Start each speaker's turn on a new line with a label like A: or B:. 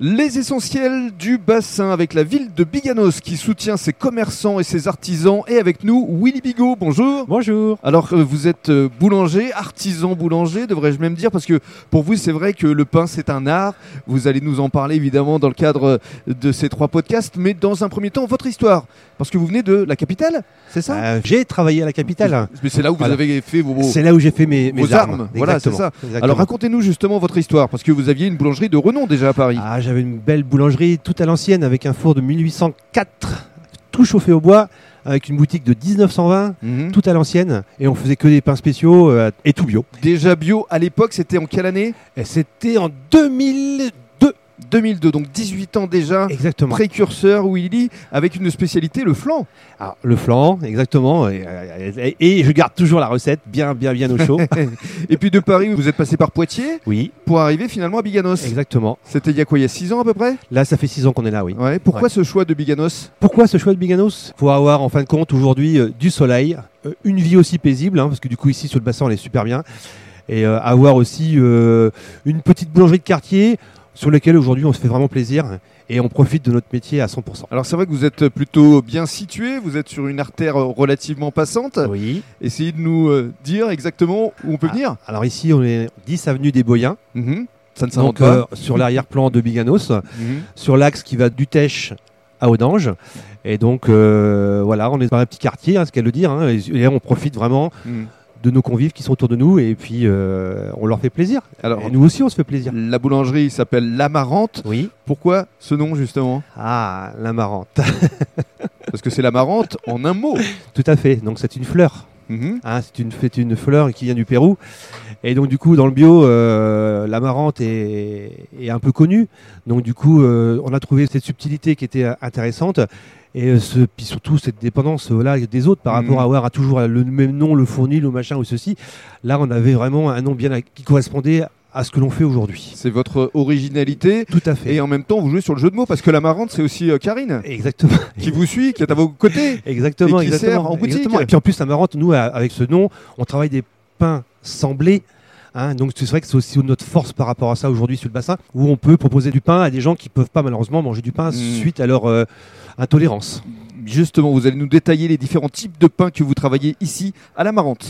A: Les essentiels du bassin avec la ville de Biganos qui soutient ses commerçants et ses artisans. Et avec nous, Willy Bigot, bonjour.
B: Bonjour.
A: Alors euh, vous êtes euh, boulanger, artisan boulanger, devrais-je même dire, parce que pour vous c'est vrai que le pain c'est un art. Vous allez nous en parler évidemment dans le cadre euh, de ces trois podcasts, mais dans un premier temps votre histoire, parce que vous venez de la capitale, c'est ça
B: Euh, j'ai travaillé à la capitale.
A: Mais c'est là où vous
B: voilà.
A: avez fait vos...
B: C'est là où j'ai fait mes, mes
A: Vos
B: armes.
A: armes, voilà, c'est
B: Exactement. Exactement.
A: Alors racontez-nous justement votre histoire, parce que vous aviez une boulangerie de renom déjà à Paris.
B: Ah, j'avais une belle boulangerie toute à l'ancienne avec un four de 1804, tout chauffé au bois, avec une boutique de 1920,
A: Mhm.
B: tout à l'ancienne. Et on faisait que des pains spéciaux euh, et tout bio.
A: Déjà bio à l'époque, c'était en quelle année
B: Et c'était en 2002.
A: 2002, donc 18 ans déjà.
B: Exactement.
A: Précurseur Willy, avec une spécialité, le flan.
B: Ah, le flan, exactement. Et, euh, et- et je garde toujours la recette bien, bien, bien au chaud.
A: Et puis de Paris, vous êtes passé par Poitiers
B: oui,
A: pour arriver finalement à Biganos.
B: exactement.
A: C'était il y a quoi, il y a 6 ans à peu près
B: Là, ça fait six ans qu'on est là, oui.
A: Ouais. Pourquoi ce choix de Biganos
B: Pourquoi ce choix de Biganos Pour avoir en fin de compte aujourd'hui euh, du soleil, euh, une vie aussi paisible, hein, parce que du coup ici sur le bassin on est super bien, et euh, avoir aussi euh, une petite boulangerie de quartier sur laquelle aujourd'hui on se fait vraiment plaisir et on profite de notre métier à 100%.
A: Alors c'est vrai que vous êtes plutôt bien situé, vous êtes sur une artère relativement passante.
B: Oui.
A: Essayez de nous euh, dire exactement où on peut
B: Ah.
A: venir.
B: Alors ici on est 10 avenue des Boyens,
A: Mhm. Ça ne s'invente
B: donc
A: pas.
B: euh, sur l'arrière-plan de Biganos,
A: Mhm.
B: sur l'axe qui va d'Utèche à Audange. Et donc euh, voilà, on est dans un petit quartier, hein, ce qu'elle le dire, hein, et, et on profite vraiment
A: Mhm.
B: de nos convives qui sont autour de nous et puis euh, on leur fait plaisir.
A: Alors,
B: Et nous aussi, on se fait plaisir.
A: la boulangerie s'appelle L'Amarante.
B: Oui.
A: Pourquoi ce nom justement
B: Ah, la marrante.
A: Parce que c'est l'amarante en un mot.
B: Tout à fait. Donc, c'est une fleur.
A: Mhm.
B: hein. c'est une, c'est une fleur qui vient du Pérou. Et donc, du coup, dans le bio, euh, la marrante est, est un peu connue. Donc, du coup, euh, on a trouvé cette subtilité qui était euh, intéressante. Et euh, ce, puis surtout cette dépendance euh, là, des autres par
A: Mhm.
B: rapport à avoir à toujours le même nom, le fournil, le machin ou ceci. Là, on avait vraiment un nom bien à- qui correspondait à ce que l'on fait aujourd'hui.
A: C'est votre originalité.
B: Tout à fait.
A: Et en même temps, vous jouez sur le jeu de mots parce que l'amarante, c'est aussi euh, Karine
B: Exactement.
A: qui vous suit, qui est à vos côtés.
B: Exactement,
A: Et qui
B: exactement.
A: sert en boutique.
B: Exactement. Et puis en plus, la marrante, nous, à- avec ce nom, on travaille des pains semblés. Hein, donc c'est vrai que c'est aussi notre force par rapport à ça aujourd'hui sur le bassin, où on peut proposer du pain à des gens qui peuvent pas malheureusement manger du pain
A: Mm.
B: suite à leur euh, intolérance.
A: Justement, vous allez nous détailler les différents types de pains que vous travaillez ici à l'amarante.